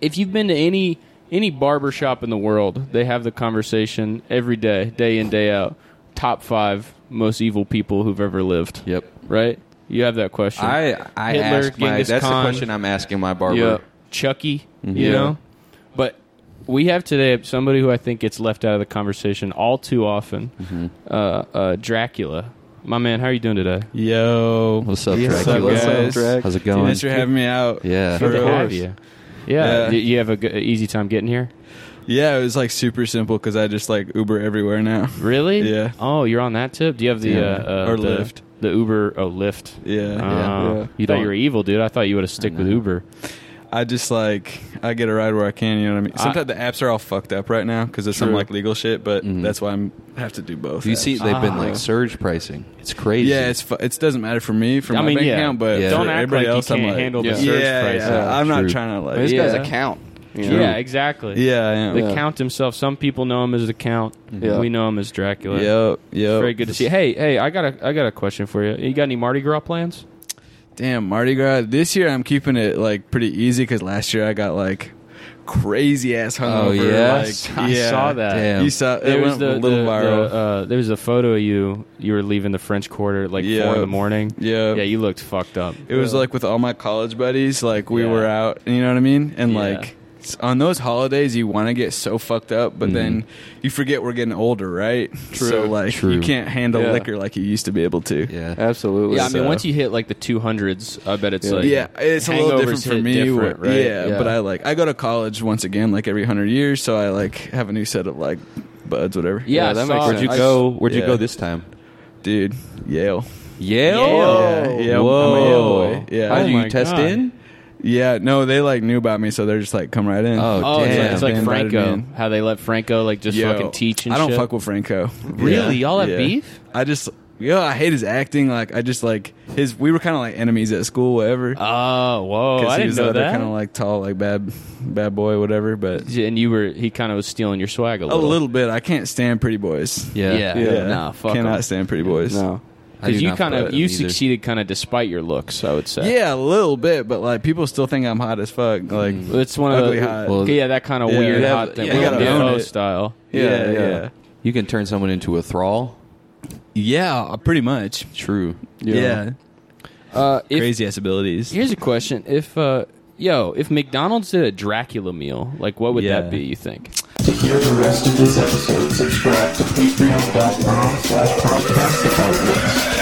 if you've been to any any barbershop in the world, they have the conversation every day, day in day out. Top five most evil people who've ever lived. Yep. Right. You have that question. I I Hitler, ask my Genghis that's Khan. the question I'm asking my barber. Mm-hmm. Yeah, Chucky, you Yeah. know. But we have today somebody who I think gets left out of the conversation all too often. Mm-hmm. Uh, uh, Dracula, my man, how are you doing today? Yo, What's up, What's up, Dracula? guys? What's up, Drac? How's it Dude, going? Thanks for having me out. Yeah. For Good to real. have you. Yeah, Yeah. y- you have a good, easy time getting here. Yeah, it was like super simple because I just like Uber everywhere now. Really? Yeah. Oh, you're on that tip. Do you have the uh, uh, Or the, Lyft. The Uber or Lyft. Yeah. Oh, Yeah. You thought you were evil, dude. I thought you would have stick with Uber. I just like I get a ride where I can. You know what I mean? I- Sometimes the apps are all fucked up right now because there's some True. like legal shit, but that's why I'm I have to do both. Mm-hmm. you apps. see, they've been Ah. like surge pricing. It's crazy. yeah, it's fu- it doesn't matter for me for I my mean, bank yeah. account, but Yeah. for Don't act everybody like else, you I'm can't like, handle yeah, the surge yeah, price. yeah, I'm not True. trying to like. This guy's Yeah. a count. you know? Yeah, exactly. Mm-hmm. yeah, I am. The Yeah. Count himself. Some people know him as the Count. Yeah. We know him as Dracula. Yep, yep. Very good to see. you. Hey, hey, I got a I got a question for you. You got any Mardi Gras plans? Damn, Mardi Gras. This year I'm keeping it like pretty easy because last year I got like crazy ass hungover. Oh, yeah? like, I I yeah. saw that. Damn. You saw Uh, it There was went the, a little the- viral. the, uh, there was a photo of you. You were leaving the French Quarter at like four Yeah. in the morning. Yeah. yeah, you looked fucked up. it was like with all my college buddies. Like we Yeah. were out. You know what I mean? And Yeah. like s- on those holidays, you want to get so fucked up, Mm-hmm. but then you forget we're getting older, right? True. So like True. you can't handle Yeah. liquor like you used to be able to. yeah. Absolutely. Yeah, I mean, So- once you hit like the two hundreds, I bet it's Yeah. like uh, yeah, it's a little hangovers different for hit me. different, where- right? yeah, but I like I go to college once again, like every hundred years, so I like have a new set of like buds, whatever. yeah, Yeah, that I makes saw sense. Where'd you it. go? Where'd you yeah. go this time? dude, Yale. Yale. Yale. Yeah, Yale. Whoa. I'm a Yale boy. Yeah. How Oh did you Oh, my test God. in? Yeah, no, they like knew about me, so they're just like, come right in. Oh, Oh, it's like- Damn. it's like They invited Franco. me in. How they let Franco like just Yo, fucking teach and I don't shit. fuck with Franco. Really? Y'all have beef? I just, yo, I hate his acting. Like, I just like his. We were kind of like enemies at school, whatever. Oh, whoa! I he didn't was know that. kind of like tall, like bad, bad boy, whatever. But and you were he kind of was stealing your swag a a little. little bit, I can't stand pretty boys. Yeah. Yeah. Yeah. Nah, fuck 'em. cannot stand pretty boys. no. I do Because you not kind fuck of with you them either. succeeded kind of despite your looks, I would say. Yeah, a little bit, but like people still think I'm hot as fuck. Like, it's one of Ugly the hot. Well, yeah that kind of yeah, weird you have- hot thing, yeah, you Willem gotta own Dafoe it. style. yeah, yeah. yeah, You can turn someone into a thrall. yeah, pretty much. True. Yeah. Uh, if, crazy ass abilities. Here's a question: If uh, yo, if McDonald's did a Dracula meal, like what would Yeah. that be? You think? To hear the rest of this episode, subscribe to patreon.com slash podcast